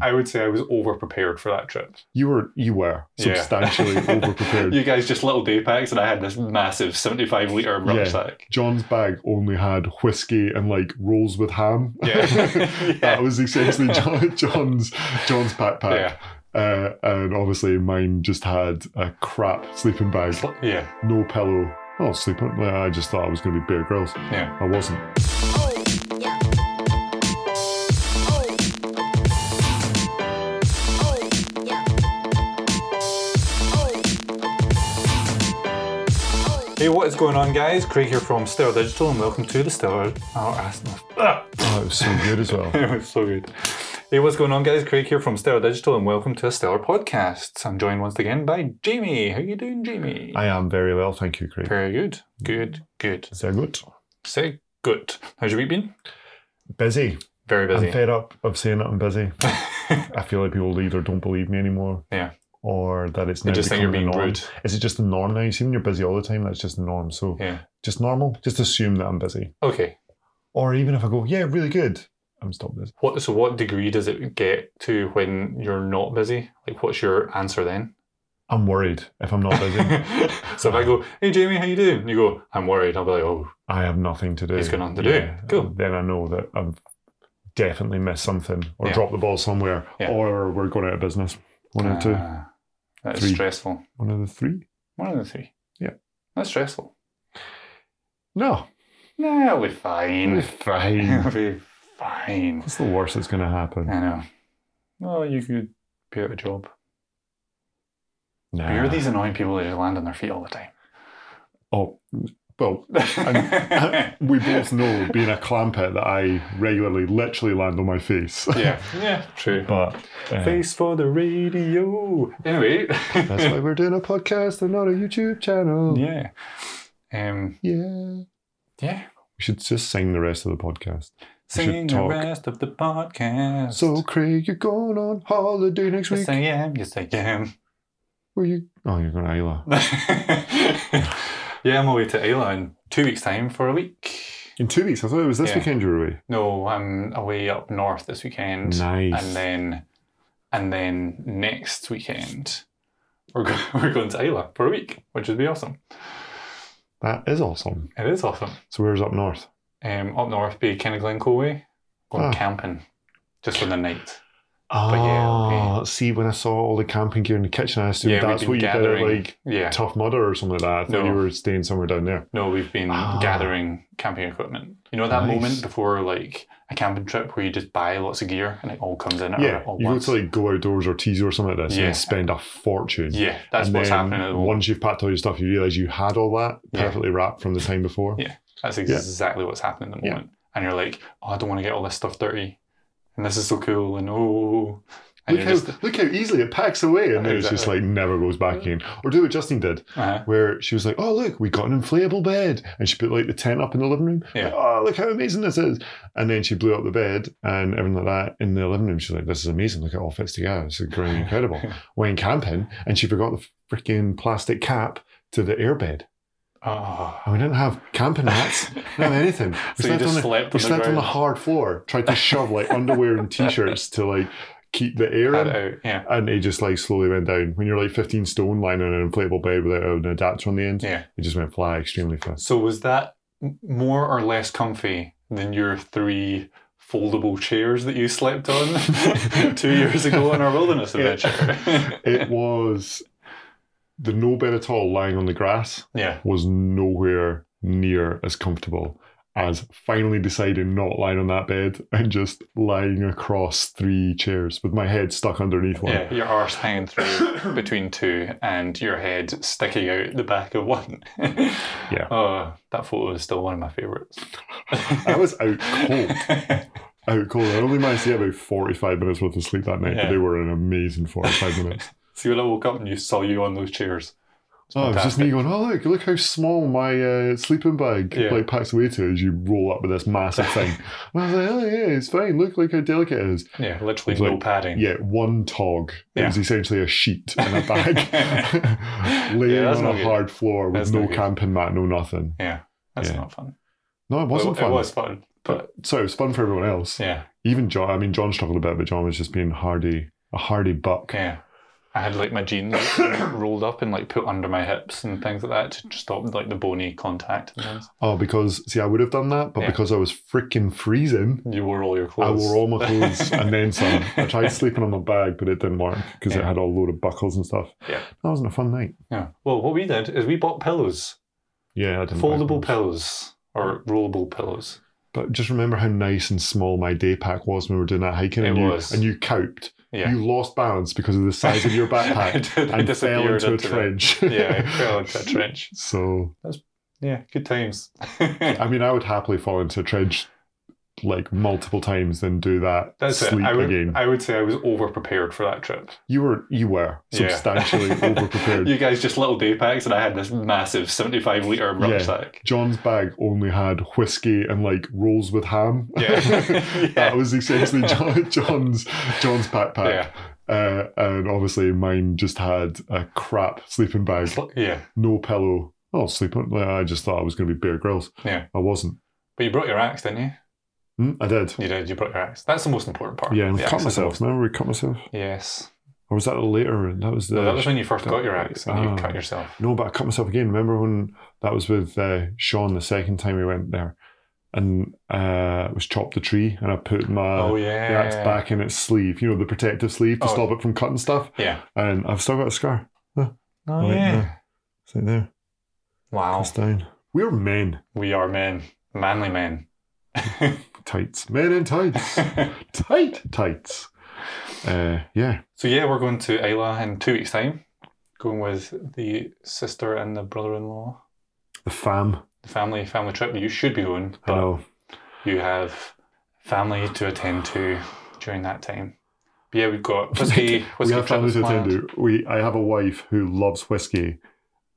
I would say I was overprepared for that trip. You were you were Yeah. substantially overprepared. You guys just little day packs, and I had this massive 75 litre Yeah. rucksack. John's bag only had whiskey and like rolls with ham. Yeah. that Yeah. was essentially John, John's John's backpack. Yeah. Uh, and obviously mine just had a crap sleeping bag, Yeah. no pillow. Oh, sleep on. Like, I just thought I was going to be Bear Grylls. Yeah. I wasn't. Hey, what is going on, guys? Craig here from Stellar Digital, and welcome to the Stellar. Oh, that's not- Ah! Oh, it was so good as well. it was so good. Hey, what's going on, guys? Craig here from Stellar Digital, and welcome to a Stellar Podcast. I'm joined once again by Jamie. How you doing, Jamie? I am very well, thank you, Craig. Very good. Good. Good. Is that good? Say good. How's your week been? Busy. Very I'm busy. fed up of saying that I'm busy. I feel like people either don't believe me anymore. Yeah. Or that it's They now just think you're becoming the being norm. rude. Is it just the norm now? You see, when you're busy all the time, that's just the norm. So Yeah. just normal. Just assume that I'm busy. Okay. Or even if I go, yeah, really good, I'm stop this. What? So, what degree does it get to when you're not busy? Like, what's your answer then? I'm worried if I'm not busy. so if I go, hey Jamie, how you doing? You go, I'm worried. I'll be like, oh, I have nothing to do. He's got nothing to do. Cool. Then I know that I've definitely missed something or Yeah. dropped the ball somewhere Yeah. or we're going out of business. One of the two. ah, That's Three. stressful. One of the three? One of the three. Yeah. That's stressful. No. Nah, we're fine. Fine. It'll be fine. What's the worst that's going to happen? I know. Well, you could be out of job. Nah. But you're these annoying people that just land on their feet all the time. Oh, well, we both know being a clampet that I regularly literally land on my face. yeah, yeah, true. but uh, Face for the radio. Anyway, that's why we're doing a podcast and not a YouTube channel. yeah, um, yeah. yeah. We should just sing the rest of the podcast. should Singing the talk. rest of the podcast. So, Craig, you're going on holiday next week. yes, I am. Yes, I am. Where you? Oh, you're going to Isla. yeah, I'm away to Ayla in two weeks' time for a week. In two weeks. I thought it was this Yeah. weekend you were away. No, I'm away up north this weekend, Nice. and then and then next weekend we're go- we're going to Ayla for a week, which would be awesome. that is awesome. It is awesome. So, where's up north? Um, up north, be Kenny Glencoe way, going Ah. camping just for the night. Oh, yeah, okay. see, when I saw all the camping gear in the kitchen, I assumed Yeah, we've that's been what you did gathering. at like Yeah, Tough Mudder or something like that. I No. thought you were staying somewhere down there. No, we've been Ah. gathering camping equipment. You know that Nice. moment before like a camping trip where you just buy lots of gear and it all comes in at Yeah, all you once. go to like Go Outdoors or Teaser or something like this Yeah. and spend a fortune. yeah, that's And what's then happening at the moment. Once you've packed all your stuff, you realise you had all that Yeah. perfectly wrapped from the time before. Yeah. That's exactly what's happening at the Yeah. moment. And you're like, oh, I don't want to get all this stuff dirty. And this is so cool. And oh. And Look how, you're just, look how easily it packs away, and then it's just Exactly. like never goes back in. Or do what Justine did, uh, where she was like, "Oh look, we got an inflatable bed," and she put like the tent up in the living room. Yeah. Like, oh look how amazing this is! And then she blew up the bed and everything like that in the living room. She's like, "This is amazing! Look, it all fits together. This is going incredible." Went camping, and she forgot the freaking plastic cap to the airbed. oh. And we didn't have camping mats, not anything. We so you slept on just the slept we on the slept on ground. the hard floor, tried to shove like underwear and t-shirts to like keep the air Had it in. out. Yeah. And it just like slowly went down. When you're like 15 stone lying on an inflatable bed without an adapter on the end, Yeah. it just went fly extremely fast. So was that m- more or less comfy than your three foldable chairs that you slept on two years ago on our wilderness Yeah. adventure? It was the no bed at all lying on the grass yeah. was nowhere near as comfortable as finally deciding not lying on that bed and just lying across three chairs with my head stuck underneath one. Yeah, your arse hanging through between two and your head sticking out the back of one. yeah. Oh, that photo is still one of my favourites. I was out cold. out cold. I Oh, only managed to get about 45 minutes worth of sleep that night, Yeah. but they were an amazing 45 minutes. See, when I woke up and you saw you on those chairs. Oh, it was just fantastic. me going, oh, look, look how small my uh, sleeping bag Yeah. like packs away to as you roll up with this massive thing. and I was like, oh, yeah, it's fine. Look, look how delicate it is. Yeah, literally It's no like- padding. Yeah, one tog. It Yeah. was essentially a sheet in a bag laying Yeah, that's on a not good. hard floor with That's no not good. camping mat, no nothing. Yeah, that's Yeah. not fun. No, it wasn't it, fun. It was fun, but But, sorry, it was fun for everyone else. yeah, Even John, I mean, John struggled a bit, but John was just being hardy, a hardy buck. Yeah. I had like my jeans rolled up and like put under my hips and things like that to stop like the bony contact and things. Oh, because see, I would have done that, but Yeah. because I was freaking freezing, You wore all your I clothes. wore all my clothes and then some. I tried sleeping on my bag, but it didn't work because it Yeah. had a load of buckles and stuff. Yeah. that wasn't a fun night. Yeah. Well, what we did is we bought pillows, Yeah, I didn't buy foldable clothes. pillows or rollable pillows. But just remember how nice and small my day pack was when we were doing that hiking, and It you was. and you coped. Yeah. You lost balance because of the size of your I backpack did. I and fell disappeared into a into the- trench. yeah, I fell into a trench. So Yeah, good times. I mean, I would happily fall into a trench like multiple times than do that. That's sleep it. I would, again. I would say I was over prepared for that trip. you were you were Yeah. substantially over prepared. you guys just little day packs, and I had this massive 75 litre Yeah. rucksack. John's bag only had whiskey and like rolls with ham. Yeah. Yeah. that was essentially John, John's John's backpack. Yeah. Uh, and obviously mine just had a crap sleeping bag, It's like- yeah. no pillow. I'll sleep on. Like, I just thought I was going to be Bear Grylls. Yeah. I wasn't. But you brought your axe, didn't you? Mm, I did. You did. You brought your axe. That's the most important part. Yeah, and The I cut axe is the myself. Remember we cut myself? most- Yes. Or was that later? That was the No, that was when you first got your axe and you Ah. cut yourself. No, but I cut myself again. Remember when that was with uh, Sean the second time we went there, and uh, it was chopped the tree, and I put my oh, uh, the yeah. axe back in its sleeve, you know, the protective sleeve to Oh. stop it from cutting stuff. Yeah. And I've still got a scar. Oh, Right yeah. there. It's like there, Wow. it's down. We're men, We are men. Manly men. tights, men in tights, tight tights. Uh, yeah, So yeah, we're going to Isla in two weeks' time. Going with the sister and the brother-in-law, the fam. the family family trip. You should be going, I but know. you have family to attend to during that time. But yeah, we've got whiskey. we whiskey have trip family is to attend planned. to. We, I have a wife who loves whiskey,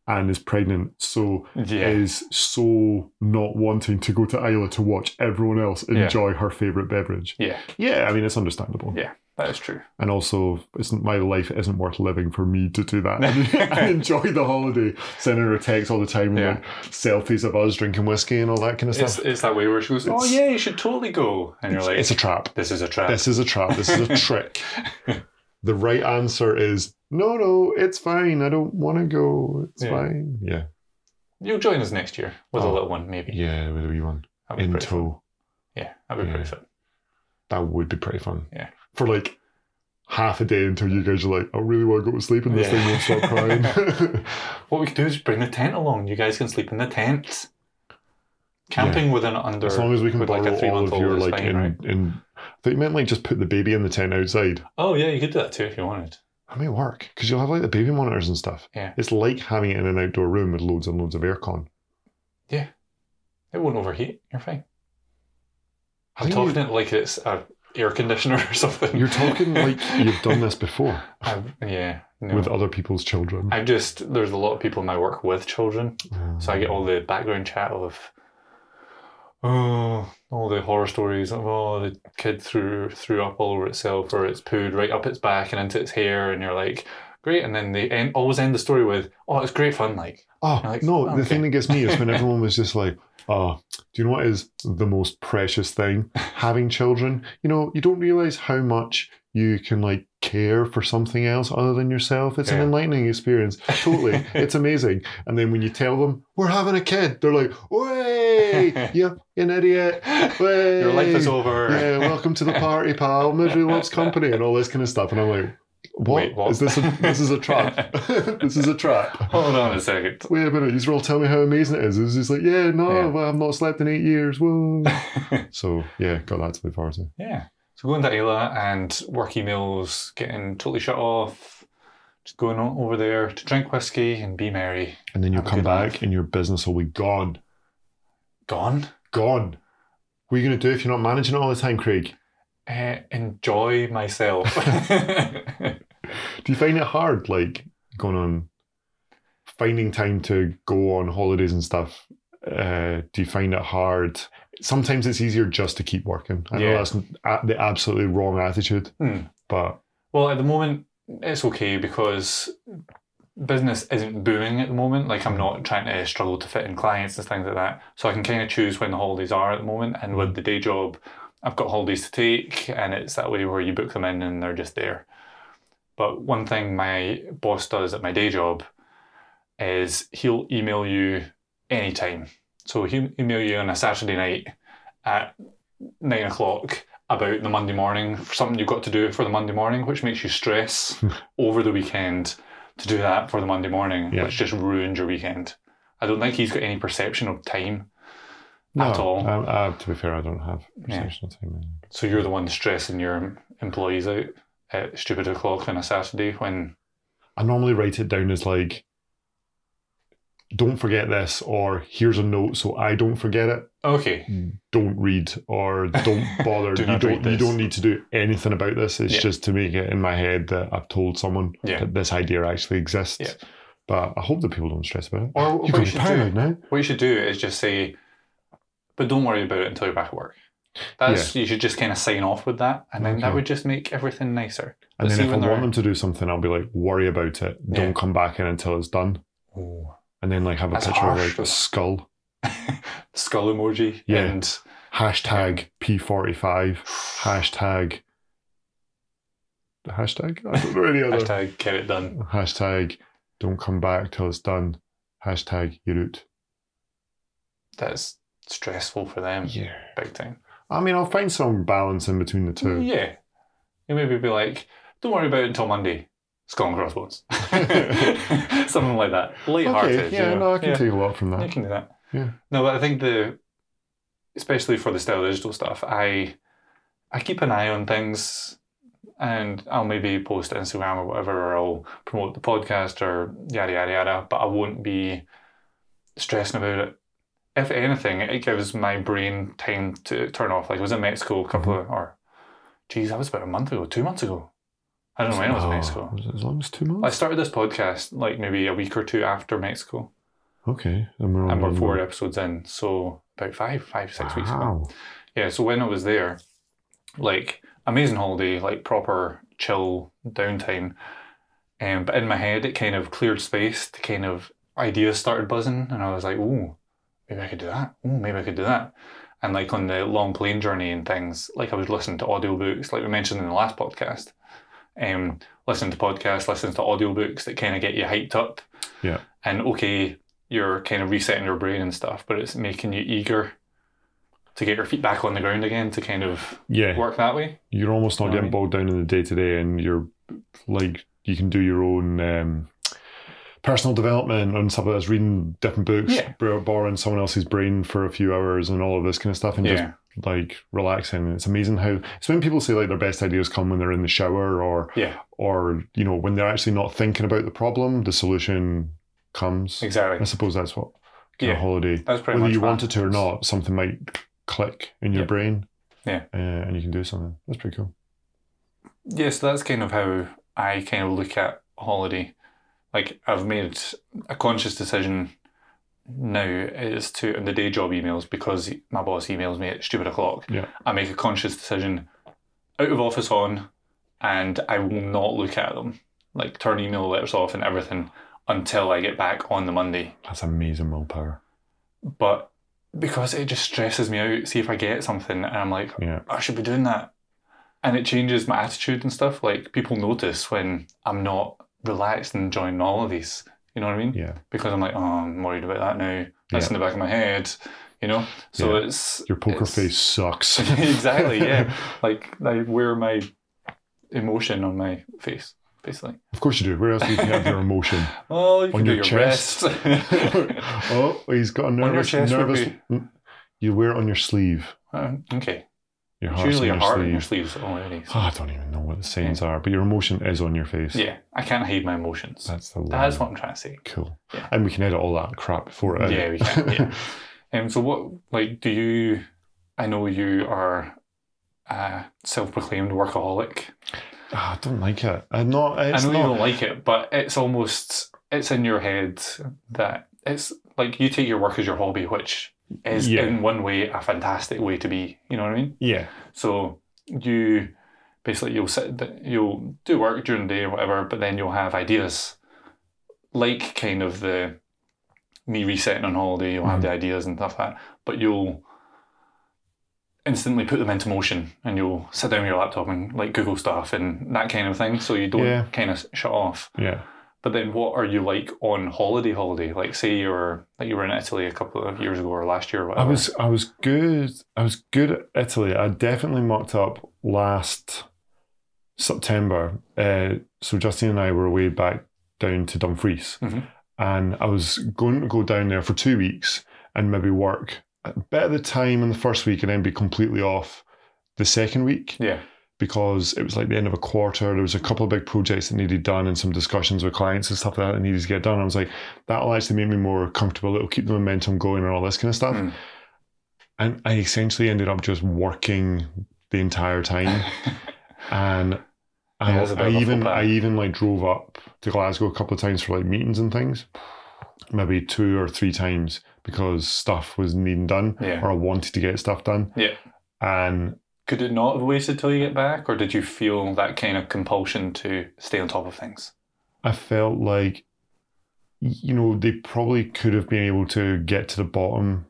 and is pregnant, so Yeah, is so not wanting to go to Isla to watch everyone else Yeah. enjoy her favorite beverage. yeah, Yeah, I mean it's understandable, Yeah. that is true. and also isn't my life isn't worth living for me to do that. I, mean, I enjoy the holiday, sending her texts all the time, and Yeah. like selfies of us drinking whiskey and all that kind of It's, stuff. it's that way where she goes, "Oh It's- yeah, you should totally go," and you're It's, like, it's a trap. "This is a trap." This is a trap. This is a trick. The right answer is no, no. It's fine. I don't want to go. It's Yeah. fine. Yeah, You'll join us next year with a Oh. little one, maybe. yeah. With a wee one That'd be in pretty fun. tow. Yeah, that'd be Yeah. pretty fun. that would be pretty fun. Yeah. For like half a day until you guys are like, I really want to go to sleep and this Yeah. thing won't stop crying. What we could do is bring the tent along. You guys can sleep in the tent. Camping with an under. as long as we can With, like, a borrow all of three-month-old, your it's like fine, in, right? in I thought you meant like just put the baby in the tent outside. oh yeah, you could do that too if you wanted. That may work because you'll have like the baby monitors and stuff. Yeah. It's like having it in an outdoor room with loads and loads of aircon. It won't overheat. You're fine. I'm I think talking it like it's a air conditioner or something. You're talking like you've done this before I've- yeah. No. with other people's children. I just there's a lot of people in my work with children, so I get all the background chat of. Oh, all the horror stories of oh the kid threw threw up all over itself or it's pooed right up its back and into its hair and you're like great and then they end always end the story with oh it's great fun like Oh Like, no! oh, The okay. thing that gets me is when everyone was just like, "Oh, do you know what is the most precious thing? Having children. You know, you don't realize how much you can like care for something else other than yourself. It's an Yeah. enlightening experience. Totally, it's amazing. And then when you tell them we're having a kid, they're like, "Way, yep, an idiot. Way. Your life is over. Yeah, welcome to the party, pal. Misery loves company, and all this kind of stuff. And I'm like, Wait, what? what? Is this? A, this is a trap. this is a trap." Hold on a second. wait a minute, he's all tell me how amazing it is. It's just like, yeah, no, Yeah. well, I've not slept in eight years. Whoa. so yeah, got that to look forward to. Yeah. So going to Ayla and work emails, getting totally shut off, just going on over there to drink whiskey and be merry. And then you'll Have a come good back laugh. and your business will be gone. Gone. Gone. What are you going to do if you're not managing it all the time, Craig? Uh, enjoy myself. Do you find it hard, like, going on, finding time to go on holidays and stuff? Uh, do you find it hard? Sometimes it's easier just to keep working. I know Yeah. that's a- the absolutely wrong attitude, Hmm. but well, at the moment, it's okay because business isn't booming at the moment. Like, I'm not trying to struggle to fit in clients and things like that. So I can kind of choose when the holidays are at the moment. And with the day job, I've got holidays to take, and it's that way where you book them in and they're just there. But one thing my boss does at my day job is he'll email you anytime. So he'll email you on a Saturday night at nine o'clock about the Monday morning, something you've got to do for the Monday morning, which makes you stress over the weekend to do that for the Monday morning, Yeah. which just ruins your weekend. I don't think he's got any perception of time No, at all. Um, uh, to be fair, I don't have Yeah. perception of time. So you're the one stressing your employees out at stupid o'clock on a Saturday when I normally write it down as like, don't forget this, or here's a note so I don't forget it. okay, Don't read or don't bother. Do you not don't read you this. don't need to do anything about this. It's Yeah. just to make it in my head that I've told someone Yeah. that this idea actually exists. Yeah. But I hope that people don't stress about it. or You what can you be should do, paranoid now. what you should do is just say, but don't worry about it until you're back at work. That's you should just kind of sign off with that, and then that Okay. would just make everything nicer. But And then see if I when they're- want them to do something, I'll be like, worry about it. Yeah. Don't come back in until it's done. And then like have a That's picture harsh, of like though. a skull. Skull emoji Yeah. and Hashtag P forty five. Hashtag hashtag? I don't know any other hashtag. hashtag get it done. don't come back till it's done. Hashtag your route. That's stressful for them, Yeah. big time. I mean I'll find some balance in between the two. Yeah. You maybe be like, don't worry about it until Monday. Skull and crossbones. Something like that. Lighthearted. Okay, yeah, you know? no, I can yeah. take a lot from You that. can do that. Yeah. No, but I think the especially for the style digital stuff, I I keep an eye on things and I'll maybe post to Instagram or whatever, or I'll promote the podcast or yada yada yada, but I won't be stressing about it. If anything, it gives my brain time to turn off. Like I was in Mexico a couple Mm-hmm. of or geez, that was about a month ago, two months ago. I don't know when I was in Oh, Mexico. was it as long as two I months? started this podcast like maybe a week or two after Mexico okay. And we're on and we're one four month. episodes in, so about five, five, six weeks ago. Wow. Yeah, so when I was there, like amazing holiday, like proper chill downtime. Um, but in my head, it kind of cleared space. The kind of ideas started buzzing, and I was like, "Ooh, maybe I could do that. Ooh, maybe I could do that." And like on the long plane journey and things, like I was listening to audiobooks, like we mentioned in the last podcast. Um, listen to podcasts, listen to audiobooks that kind of get you hyped up. Yeah. And okay, you're kind of resetting your brain and stuff, but it's making you eager to get your feet back on the ground again to kind of Yeah. work that way. you're almost not Know what I getting mean? bogged down in the day to day, and you're like you can do your own um, personal development and stuff like this, reading different books, Yeah. bor- borrowing someone else's brain for a few hours, and all of this kind of stuff, and Yeah. just like relaxing. And It's amazing how it's when people say like their best ideas come when they're in the shower, or Yeah. or you know when they're actually not thinking about the problem, the solution comes. I Exactly. suppose that's what kind of Yeah. holiday, That's pretty whether much you that. want it to or not, something might click in your Yeah. brain. Yeah. uh, and you can do something. That's pretty cool. Yeah, so that's kind of how I kind of look at holiday. Like I've made a conscious decision now is to in the day job emails because my boss emails me at stupid o'clock. Yeah. I make a conscious decision out of office on and I will not look at them. Like turn email letters off and everything until I get back on the Monday. That's amazing willpower. But because it just stresses me out, see if I get something and I'm like, Yeah. I should be doing that. And it changes my attitude and stuff. Like people notice when I'm not relaxed and enjoying all of these. You know what I mean? Yeah. Because I'm like, oh, I'm worried about that now. That's in the back of my head. You know? So Yeah. it's Your poker it's- face sucks. exactly, yeah. Like I wear my emotion on my face, basically. Of course you do. Where else do you have your emotion? Oh, you can On do your your chest. wrist. oh, he's got a your nervous. chest would nervous. be- Mm. You wear it on your sleeve. Um, okay. Your It's heart's usually on a your heart in sleeve. your sleeves already. so- Ah, I don't even know what the signs are, but your emotion is on your face. Yeah, I can't hide my emotions. That's the That's line. what I'm trying to say. Cool. Yeah. And we can edit all that crap before it. Yeah, we can. Yeah. Um, so what, like, do you? I know you are a self-proclaimed workaholic. Ah, I don't like it. I'm not. It's I know not, you don't like it, but it's almost it's in your head that it's like you take your work as your hobby, which is Yeah. in one way a fantastic way to be. You know what I mean? Yeah. So you basically you'll sit, you'll do work during the day or whatever, but then you'll have ideas, like kind of the Mm-hmm. me resetting on holiday. You'll have the ideas and stuff like that, but you'll instantly put them into motion and you'll sit down with your laptop and like Google stuff and that kind of thing. So you don't Yeah. kind of shut off. Yeah. But then what are you like on holiday holiday? Like say you were like you were in Italy a couple of years ago or last year or I whatever. was I was good. I was good at Italy. I definitely mocked up last September. Uh, so Justine and I were away back down to Dumfries, Mhm. and I was going to go down there for two weeks and maybe work a bit of the time in the first week, and then be completely off the second week yeah. because it was like the end of a quarter. There was a couple of big projects that needed done and some discussions with clients and stuff like that that needed to get done. I was like, that'll actually make me more comfortable. It'll keep the momentum going and all this kind of stuff. Mm. And I essentially ended up just working the entire time. and I, Yeah, that's a bit I of a even fallback. I even like drove up to Glasgow a couple of times for like meetings and things. Maybe two or three times because stuff was needing done Yeah. or I wanted to get stuff done. Yeah. And Could it not have waited till you get back or did you feel that kind of compulsion to stay on top of things? I felt like, you know, they probably could have been able to get to the bottom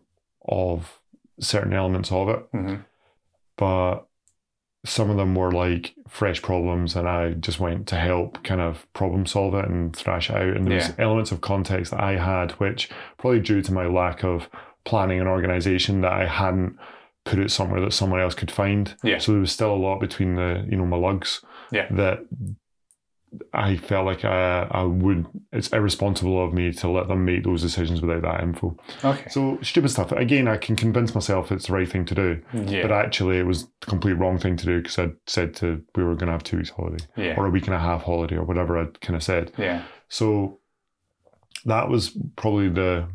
of certain elements of it, hmm but some of them were like fresh problems, and I just went to help kind of problem solve it and thrash it out. And there was Yeah. elements of context that I had, which probably due to my lack of planning and organization, that I hadn't put it somewhere that someone else could find. Yeah. So there was still a lot between the you know my lugs. Yeah. That I felt like I, I would. It's irresponsible of me to let them make those decisions without that info. Okay. So stupid stuff. Again, I can convince myself it's the right thing to do, yeah. but actually it was the complete wrong thing to do because I said to we were going to have two weeks holiday yeah. or a week and a half holiday or whatever I kind of said. Yeah. So that was probably the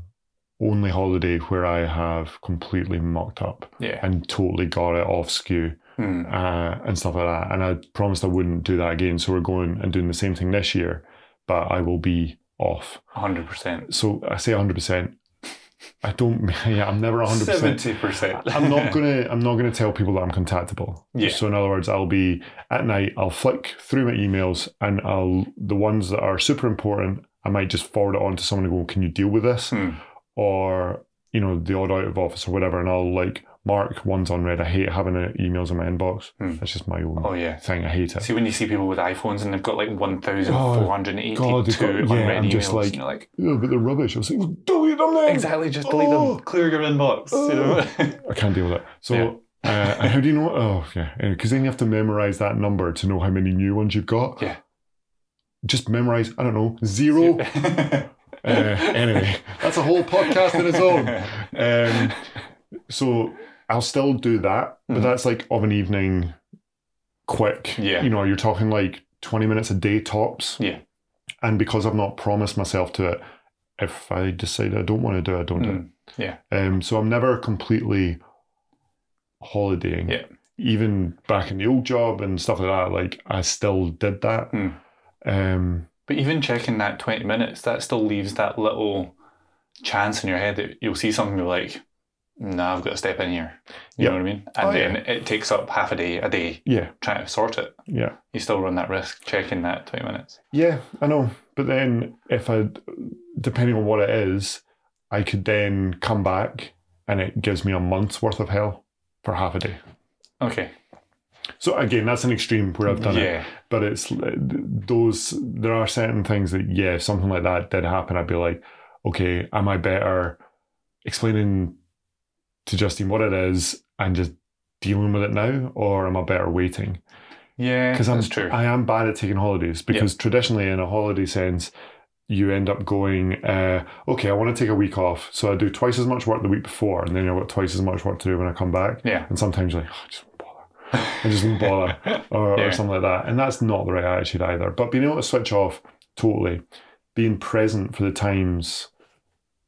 only holiday where I have completely mucked up Yeah. and totally got it off skew Mm. uh, and stuff like that. And I promised I wouldn't do that again. So we're going and doing the same thing this year, but I will be off. 100%. So I say 100%. I don't, yeah, I'm never 100%. 70%. I'm not gonna. I'm not gonna tell people that I'm contactable. Yeah. So in other words, I'll be at night. I'll flick through my emails, and I'll the ones that are super important. I might just forward it on to someone and go, "Can you deal with this?" Hmm. Or you know, the odd out of office or whatever, and I'll like mark ones on red. I hate having uh, emails in my inbox. Hmm. That's just my own Oh, yeah. thing. I hate it. See when you see people with iPhones and they've got like one thousand four hundred eighty-two Oh, God, they've got- yeah, unread I'm emails, just like- and you're like, Yeah, but they're rubbish. I was like, delete them then. exactly, just delete Oh. them, clear your inbox. you know? I can't deal with it. So. Uh, and how do you know? Oh, yeah. Because then you have to memorize that number to know how many new ones you've got. Yeah. Just memorize, I don't know, zero. uh, anyway, that's a whole podcast in its own. Um, so I'll still do that, but Mhm. that's like of an evening, quick. Yeah. You know, you're talking like 20 minutes a day tops. Yeah. And because I've not promised myself to it, if I decide I don't want to do it, I don't do it. Mm. Um, so I'm never completely holidaying. Yeah. Even back in the old job and stuff like that, like I still did that. Hmm. Um, But even checking that twenty minutes, that still leaves that little chance in your head that you'll see something you're like, nah, I've got to step in here. You Yeah. know what I mean? And Oh, then it takes up half a day, a day yeah, trying to sort it. yeah, You still run that risk checking that twenty minutes. yeah. I know. But then, if I, depending on what it is, I could then come back and it gives me a month's worth of hell for half a day. Okay. So again, that's an extreme where I've done it. yeah. but it's those there are certain things that yeah if something like that did happen i'd be like okay am i better explaining to justine what it is and just dealing with it now or am i better waiting Yeah. because i'm that's true. i am bad at taking holidays because traditionally in a holiday sense you end up going uh, okay i want to take a week off so i do twice as much work the week before and then i've got twice as much work to do when i come back yeah. and sometimes you're like oh, I just won't bother I just won't bother or, Yeah. or something like that. And that's not the right attitude either. But being able to switch off totally, being present for the times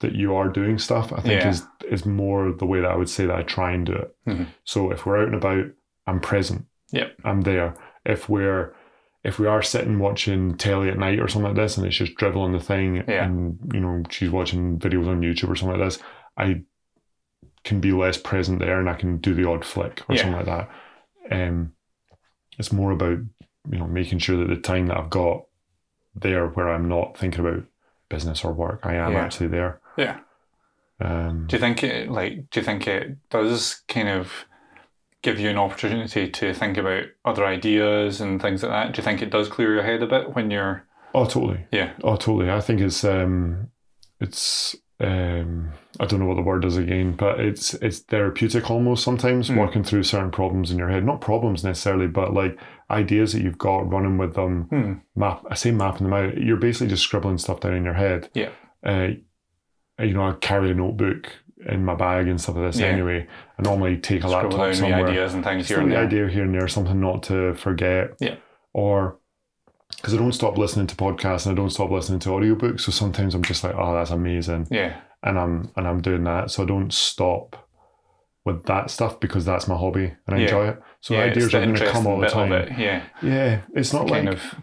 that you are doing stuff, I think Yeah. is is more the way that I would say that I try and do it. Mhm. So if we're out and about, I'm present. Yep. I'm there. If we're if we are sitting watching telly at night or something like this and it's just dribbling the thing Yeah. and you know she's watching videos on YouTube or something like this, I can be less present there and I can do the odd flick or Yeah. something like that. Um, it's more about you know making sure that the time that I've got there where I'm not thinking about business or work, I am Yeah. actually there. Yeah. Um, Do you think it like? Do you think it does kind of give you an opportunity to think about other ideas and things like that? Do you think it does clear your head a bit when you're Oh, totally. Yeah. Oh, totally. I think it's um, it's um, I don't know what the word is again, but it's it's therapeutic almost sometimes Mm. working through certain problems in your head. Not problems necessarily, but like ideas that you've got, running with them. hmm, Map. I say mapping them out. You're basically just scribbling stuff down in your head. Yeah. Uh, you know, I carry a notebook in my bag and stuff like this Yeah. anyway. I normally take a scribble down laptop the somewhere ideas and things just here the and there? idea here and there, something not to forget. Yeah. Or because I don't stop listening to podcasts and I don't stop listening to audiobooks, so sometimes I'm just like, oh, that's amazing, Yeah, and I'm and I'm doing that, so I don't stop with that stuff because that's my hobby and I Yeah. enjoy it. So yeah, ideas it's the are going to come interesting all the bit of time. it, Yeah, Yeah, it's not like kind of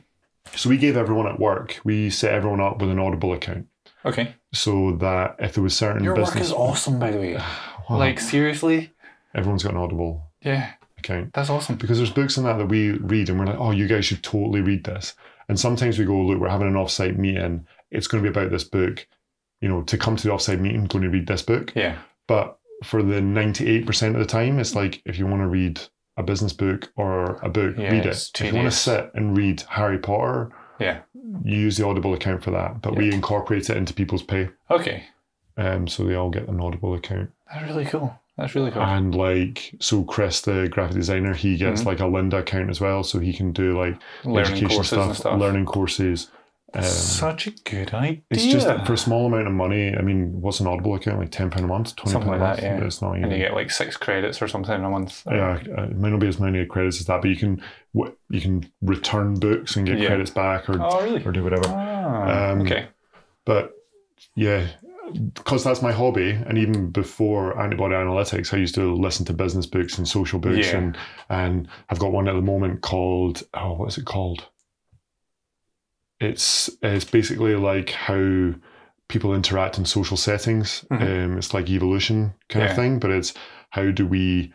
so we gave everyone at work, we set everyone up with an Audible account okay. so that if there was certain Your business, work is awesome, by the way. Well, Like seriously, everyone's got an Audible yeah, account. that's awesome. because there's books in that that we read and we're like, oh, you guys should totally read this. And sometimes we go, look, we're having an offsite meeting. It's going to be about this book. You know, to come to the offsite meeting, going to read this book. Yeah, But for the 98% of the time, it's like if you want to read a business book or a book, Yeah, read it. it's If you want tedious. to sit and read Harry Potter, Yeah. you use the Audible account for that. But we incorporate it into people's pay, okay, um, so they all get an Audible account. that's really cool. That's really cool. And like, so Chris, the graphic designer, he gets Mhm. like a Linda account as well, so he can do like Learning courses and stuff. learning courses. Um, Such a good idea. it's just that for a small amount of money. I mean, what's an Audible account like? Ten pound a month, twenty pound Something a like month. that, yeah. It's not even. and you get like six credits or something in a month. yeah, uh, it might not be as many credits as that, but you can wh- you can return books and get Yeah. credits back or Oh really? or do whatever. Ah, Um, okay. But yeah, because that's my hobby, and even before antibody analytics, I used to listen to business books and social books, Yeah. and and I've got one at the moment called oh, what is it called? It's it's basically like how people interact in social settings. Mhm. Um, it's like evolution kind Yeah. of thing, but it's how do we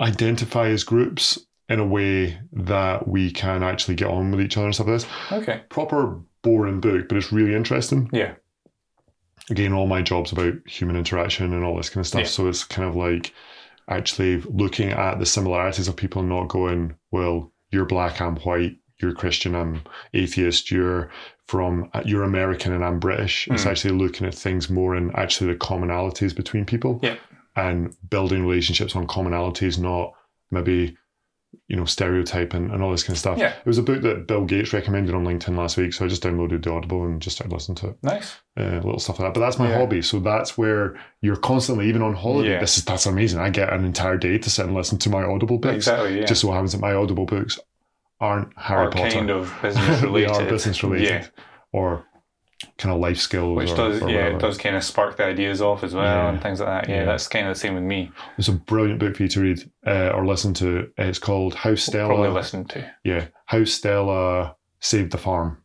identify as groups in a way that we can actually get on with each other and stuff like this Okay. proper boring book, but it's really interesting. Yeah. Again, all my jobs about human interaction and all this kind of stuff. Yeah. So it's kind of like actually looking at the similarities of people and not going, well, you're black, I'm white, you're Christian, I'm atheist, you're from you're American and I'm British. It's Mm. actually looking at things more and actually the commonalities between people. Yeah. And building relationships on commonalities, not maybe you know, stereotyping and all this kind of stuff. Yeah. It was a book that Bill Gates recommended on LinkedIn last week, so I just downloaded the Audible and just started listening to it. Nice. Uh, little stuff like that. But that's my Yeah. hobby. So that's where you're constantly, even on holiday, Yeah. this is that's amazing. I get an entire day to sit and listen to my Audible books. Exactly. Yeah. Just so happens that my Audible books aren't Harry or Potter. kind of business they related. are business related. Yeah. Or kind of life skills. Which or- does or yeah, whatever. it does kind of spark the ideas off as well Yeah. and things like that. Yeah, Yeah. that's kind of the same with me. It's a brilliant book for you to read uh, or listen to. It's called How Stella. Probably listen to. yeah. How Stella Saved the Farm.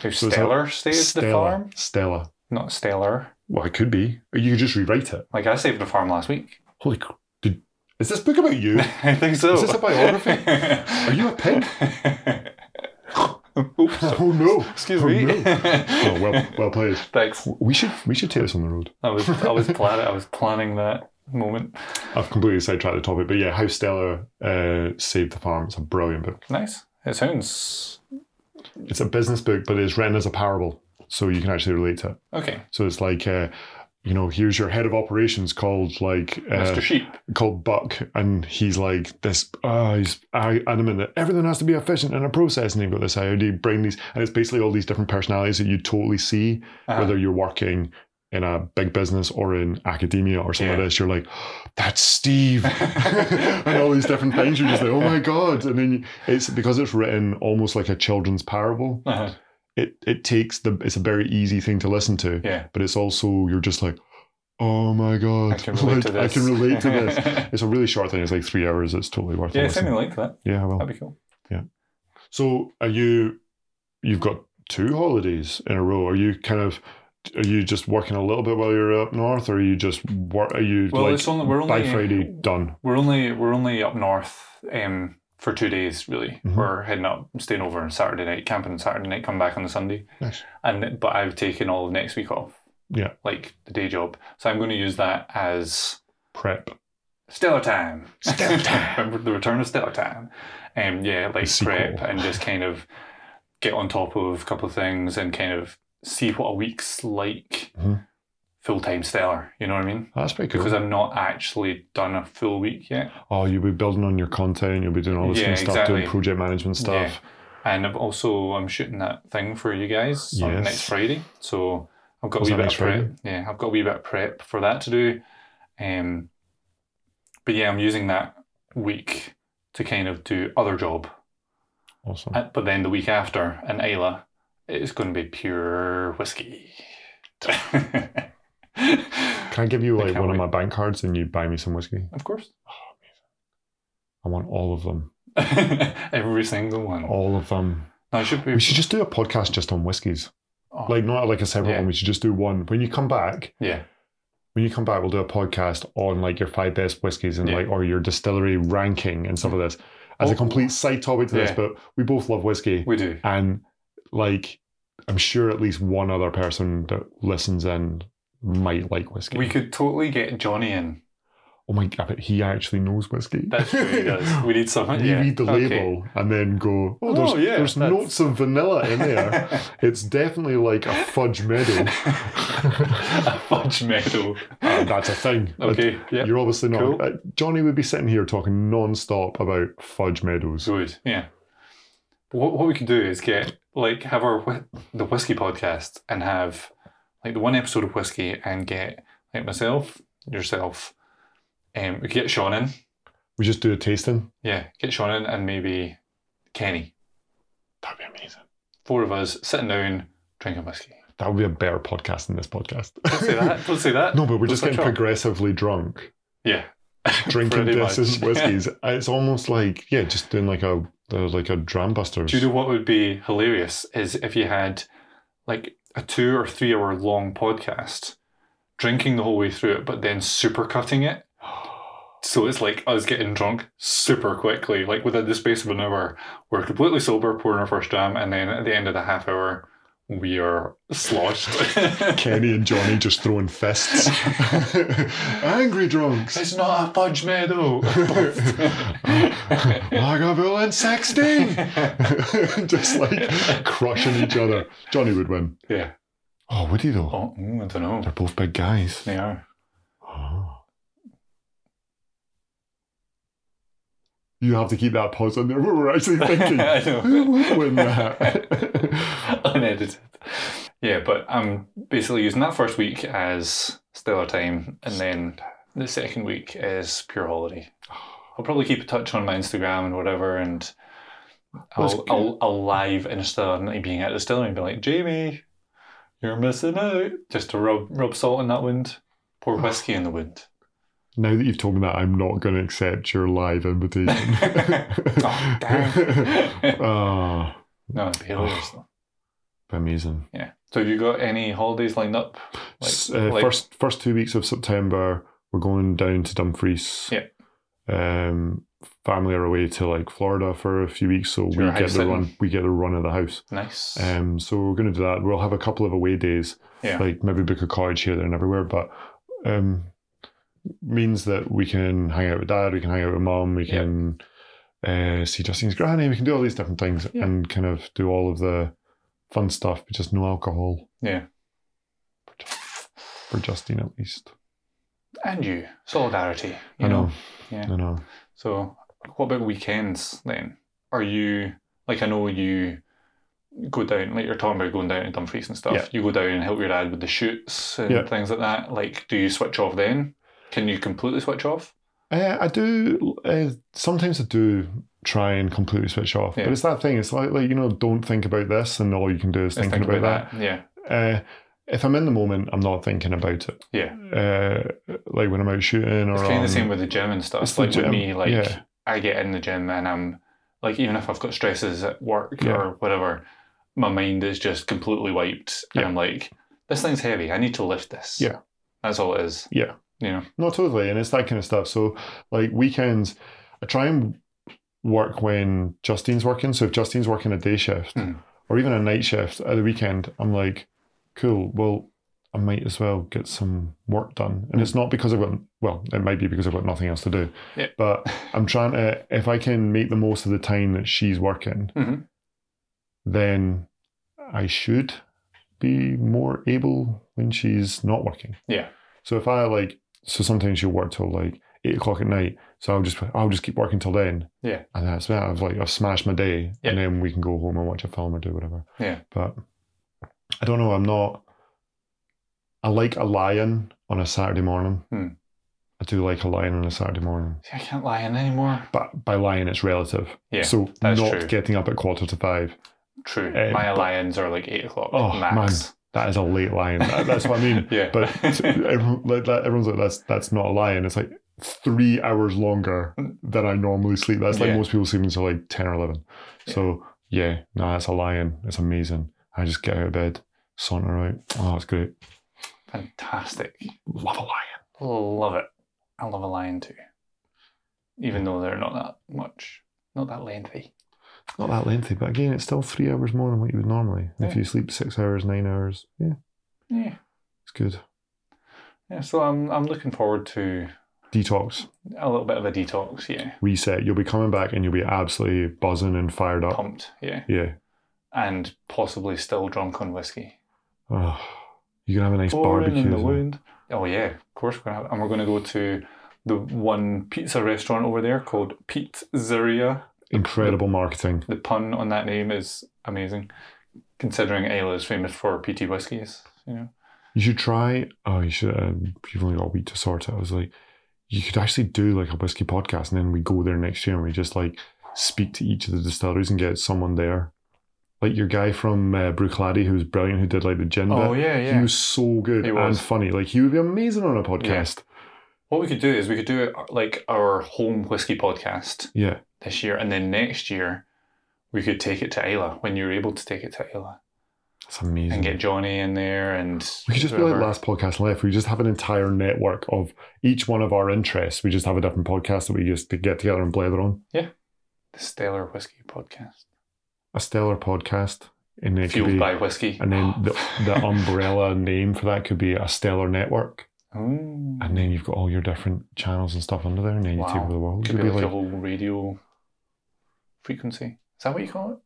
Do So it's Stellar stays the Stella. farm? Stella. Not Stellar. Well, it could be. Or You could just rewrite it. Like I saved the farm last week. Holy cr- did, Is this book about you? I think so. Is this a biography? Are Are you a pig? Oops. oh no! Excuse Oh, me. no. Oh, well, well played. Thanks. We should we should take this on the road. I was I was planning I was planning that moment. I've completely sidetracked the topic, but yeah, How Stella uh, Saved the Farm. It's a brilliant book. Nice. It sounds It's a business book, but it's written as a parable, so you can actually relate to it. okay. So it's like. Uh, you know, here's your head of operations called like uh, Mr. Sheep. called Buck, and he's like this. Uh, he's a- adamant that everything has to be efficient in a process, and you've got this idea, bring these, and it's basically all these different personalities that you totally see Uh-huh. whether you're working in a big business or in academia or something Yeah. like this, you're like, that's Steve. and all these different things. You're just like, oh my God. And then you- it's because it's written almost like a children's parable, Uh-huh. it, it takes the, it's a very easy thing to listen to, Yeah. but it's also, you're just like, oh my God. I can relate to Like, this. I can relate to this. It's a really short thing. It's like three hours. It's totally worth yeah, it. something like that. Yeah, well. That'd be cool. So are you? You've got two holidays in a row. Are you kind of? Are you just working a little bit while you're up north, or are you just work? Are you Well, like it's only- we're by only- Friday done? We're only we're only up north um, for two days really. Mhm. We're heading up, staying over on Saturday night, camping on Saturday night, come back on the Sunday. Nice. And but I've taken all of next week off. Yeah. Like the day job. So I'm going to use that as Prep. Stellar Time. Stellar Time. Remember the return of Stellar Time. Um, yeah, like sequel. prep and just kind of get on top of a couple of things and kind of see what a week's like Mhm. full time stellar. You know what I mean? That's pretty Because cool. I've not actually done a full week yet. Oh, you'll be building on your content. You'll be doing all this Yeah, kind of stuff, exactly. doing project management stuff. And I've also I'm shooting that thing for you guys on Yes. next Friday. So I've got Is a wee that bit next of prep. Friday? Yeah, I've got a wee bit of prep for that to do. Um but yeah, I'm using that week to kind of do other job. Awesome. Uh, But then the week after in Ayla, it's gonna be pure whiskey. Can I give you I like can't one of wait. my bank cards and you buy me some whiskey? of course. I want all of them. Every single one. All of them. No, it should be Oh, We should just do a podcast just on whiskies. oh, Like not like a separate Yeah. one. We should just do one. When you come back, Yeah. when you come back, we'll do a podcast on like your five best whiskies and Yeah. like or your distillery ranking and stuff like this. As Oh. a complete side topic to this, Yeah. but we both love whiskey. We do. and like I'm sure at least one other person that listens in might like whiskey. We could totally get Johnny in. oh my god, but he actually knows whiskey. That's true, he does. We need someone. you yeah. read the okay. label and then go, oh, there's, Oh, yeah, there's that's- notes of vanilla in there. it's definitely like a fudge medal. a fudge medal. Uh, that's a thing. okay. Yeah. You're obviously not. Cool. uh, Johnny would be sitting here talking non-stop about fudge medals. Good. Yeah. What what we could do is get like have our whi- the whiskey podcast and have like the one episode of whiskey and get like myself, yourself, and um, we could get Sean in. We just do a tasting. Yeah, get Sean in and maybe Kenny. That'd be amazing. Four of us sitting down drinking whiskey. That would be a better podcast than this podcast. Don't say that. Don't say that. no, but we're That's just getting our job. progressively drunk. Yeah. drinking Pretty much. this as whiskeys. Uh, It's almost like yeah, just doing like a uh, like a dram busters. Do you know what would be hilarious is if you had like a two or three hour long podcast, drinking the whole way through it, but then super cutting it. So it's like us getting drunk super quickly, like within the space of an hour, we're completely sober, pouring our first dram, and then at the end of the half hour, we are sloshed. Kenny and Johnny just throwing fists, angry drunks. It's not a fudge medal. Lagavulin and sixteen, just like crushing each other. Johnny would win. Yeah. Oh, would he though? Oh, mm, I don't know. They're both big guys. They are. Oh. You have to keep that pause on there. What we're actually thinking. I know. Who would win that? unedited. Yeah, but I'm basically using that first week as stellar time, and then the second week is pure holiday. I'll probably keep a touch on my Instagram and whatever, and That's I'll, good. I'll, I'll live Insta on me being at the distillery and be like, Jamie, you're missing out. Just to rub rub salt in that wound, pour whiskey in the wound. Now that you've told me that, I'm not going to accept your live invitation. oh, damn. oh, no, it'd be hilarious. though. amazing. Yeah. So, have you got any holidays lined up? Like- S- uh, like- first, first two weeks of September, we're going down to Dumfries. Yeah. Um, family are away to like Florida for a few weeks, so Sure, we get house the sitting. run. We get the run of the house. Nice. Um, so we're going to do that. We'll have a couple of away days, Yeah. like maybe book a cottage here, there, and everywhere. But um, means that we can hang out with dad, we can hang out with mum, we Yeah. can uh, see Justine's granny, we can do all these different things Yeah. and kind of do all of the fun stuff, but just no alcohol yeah. for Justine at least. and you solidarity you I know? know, yeah. I know. so what about weekends then are you like i know you go down like you're talking about going down to dumfries and stuff Yeah. you go down and help your dad with the shoots and Yeah. things like that like do you switch off then can you completely switch off Uh, I do. Uh, sometimes I do try and completely switch off, Yeah. but it's that thing. It's like, like you know, don't think about this, and all you can do is Just thinking about, that. yeah uh, if I'm in the moment, I'm not thinking about it. Yeah. Uh, like when I'm out shooting or Hmm. it's kind of on- the same with the gym and stuff It's the like with gym, me like yeah. i get in the gym and i'm like even if i've got stresses at work Yeah. or whatever my mind is just completely wiped Yeah. and i'm like this thing's heavy i need to lift this Yeah. that's all it is Yeah. you know No, totally, and it's that kind of stuff. So, like weekends, I try and work when Justine's working. So if Justine's working a day shift Hmm. or even a night shift at the weekend, I'm like, cool. Well, I might as well get some work done. Hmm. And it's not because I've got, well, it might be because I've got nothing else to do. Yeah. But I'm trying to, if I can make the most of the time that she's working, Mhm. then I should be more able when she's not working. Yeah. So if I like, so sometimes she'll work till like eight o'clock at night. So I'll just, I'll just keep working till then. Yeah. And that's that. I've like, I've smashed my day Yeah. and then we can go home and watch a film or do whatever. Yeah. But I don't know. I'm not, I like a lion on a Saturday morning. Hmm. I do like a lion on a Saturday morning. See, I can't lie in anymore. But by lion, it's relative. Yeah, so that's not true. getting up at quarter to five. True. Eh, My but- lions are like eight o'clock Oh, max. That is a late lion. That- that's what I mean. yeah. But everyone, like that, everyone's like, that's that's not a lion. It's like three hours longer than I normally sleep. That's like Yeah. most people sleep until like 10 or 11. So, yeah, no, that's a lion. It's amazing. I just get out of bed, saunter out. Oh, it's great. fantastic. Love a lion. Love it. I love a lion too. Even though they're not that much, not that lengthy. Not that lengthy, but again, it's still three hours more than what you would normally. And If Yeah. you sleep six hours, nine hours, yeah, Yeah. it's good. Yeah. So I'm I'm looking forward to Detox, a little bit of a detox. Yeah. reset. You'll be coming back and you'll be absolutely buzzing and fired up. Pumped. Yeah. Yeah. And possibly still drunk on whiskey. Oh, you can have a nice Pouring barbecue. in the as well. wound. Oh yeah, of course we're gonna have, and we're gonna go to the one pizza restaurant over there called Pizzeria. Incredible marketing. The pun on that name is amazing, considering Ayla is famous for PT whiskies. You know, You should try. Oh, you should. Um, you've only got a week to sort it. I was like, you could actually do like a whiskey podcast, and then we go there next year and we just like speak to each of the distilleries and get someone there. Like your guy from uh, Bruichladdich, who was brilliant, who did like the gin Oh bit. yeah, He yeah. was so good He and was. funny. Like he would be amazing on a podcast. What we could do is we could do it like our home whiskey podcast Yeah. this year, and then next year we could take it to Ayla when you're able to take it to Ayla that's amazing. and get Johnny in there and we could just be whoever. like last podcast left. We just have an entire network of each one of our interests. We just have a different podcast that we just get together and blather on. the Stellar Whiskey Podcast, A stellar podcast. And it could fueled be- by whiskey, And then the, the umbrella name for that could be a stellar network. Ooh. And then you've got all your different channels and stuff under there, and then you take Wow. over the world. Could You'll be be like, a like, whole radio frequency. Is that what you call it?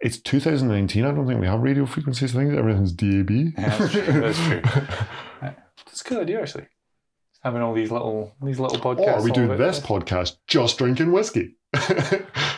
it's 2019. I don't think we have radio frequencies. I think everything's DAB. Yeah, that's true, that's true. That's a good idea, actually. Just having all these little these little podcasts. or we all do about this podcast just drinking whiskey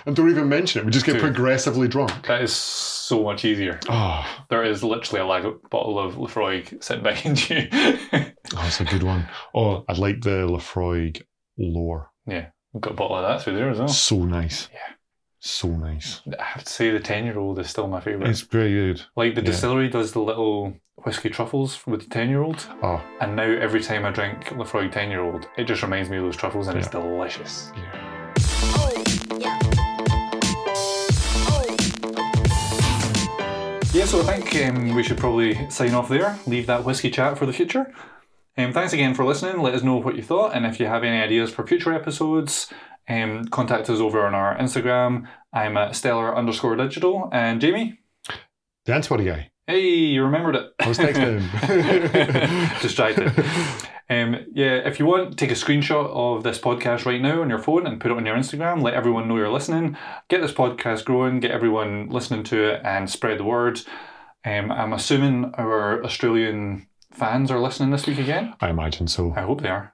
and don't even mention it. We just get Dude. progressively drunk. That is so much easier. Oh, There is literally a lag- bottle of Lefroy sitting behind you. We've oh, that's a good one. Oh, I'd like the Lefroy lore. got a bottle of that through there as well. So nice. Oh. Yeah. So nice. I have to say, the ten year old is still my favorite. It's very good. like the yeah. distillery does the little whiskey truffles with the ten year old, Oh, and now every time I drink Lefroy ten year old, it just reminds me of those truffles, and it's delicious. yeah. Yeah, so I think um, we should probably sign off there, leave that whiskey chat for the future. Um, thanks again for listening. Let us know what you thought, and if you have any ideas for future episodes, um, contact us over on our Instagram. I'm at stellar underscore digital, and Jamie, The antibody guy. hey, you remembered it. I was texting him. Distracted. Um, yeah, if you want, take a screenshot of this podcast right now on your phone and put it on your Instagram. Let everyone know you're listening. Get this podcast growing, get everyone listening to it, and spread the word. Um, I'm assuming our Australian fans are listening this week again. I imagine so. I hope they are.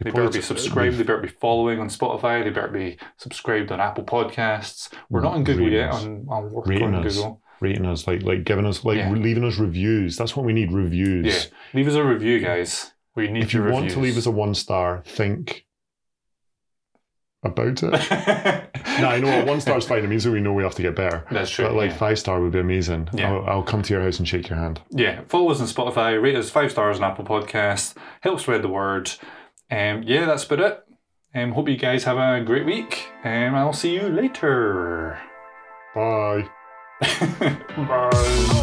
They probably- better be subscribed. They better be following on Spotify. They better be subscribed on Apple Podcasts. We're not on Google Rating yet. us. On, on work Rating on us. Google. Rating us, like like giving us, like Yeah. leaving us reviews. That's what we need. Reviews. Yeah, leave us a review, guys. We need if you your want to leave us a one star, think about it. no, I know one star's fine. It means that we know we have to get better. That's true. But like yeah. five star would be amazing. Yeah. I'll, I'll come to your house and shake your hand. Yeah, follow us on Spotify, rate us five stars on Apple Podcasts, help spread the word. Um, yeah, that's about it. Um, hope you guys have a great week, um, and I'll see you later. Bye. Bye.